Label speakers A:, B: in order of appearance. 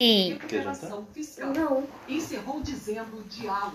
A: E
B: Declaração fiscal.
C: Não.
B: Encerrou dizendo o diálogo